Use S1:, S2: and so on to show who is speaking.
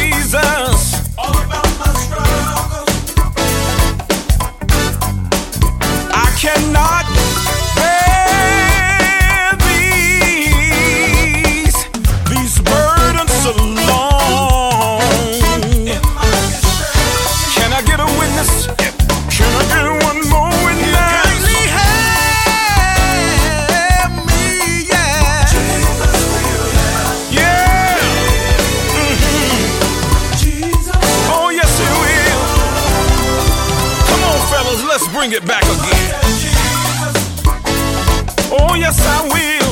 S1: Jesus.
S2: All about my struggle.
S1: I cannot bear these, these burdens alone.
S2: In my distress.
S1: Can I get a witness? Can I get one more witness?
S2: Kindly
S1: help me, yeah.
S2: Jesus will help.
S1: Yeah.
S2: Jesus.
S1: Oh, yes, it will. Come on, fellas, let's bring it back again.
S2: Jesus.
S1: Oh, yes, I will. Oh, Oh, Oh, Mm. Ah, Oh,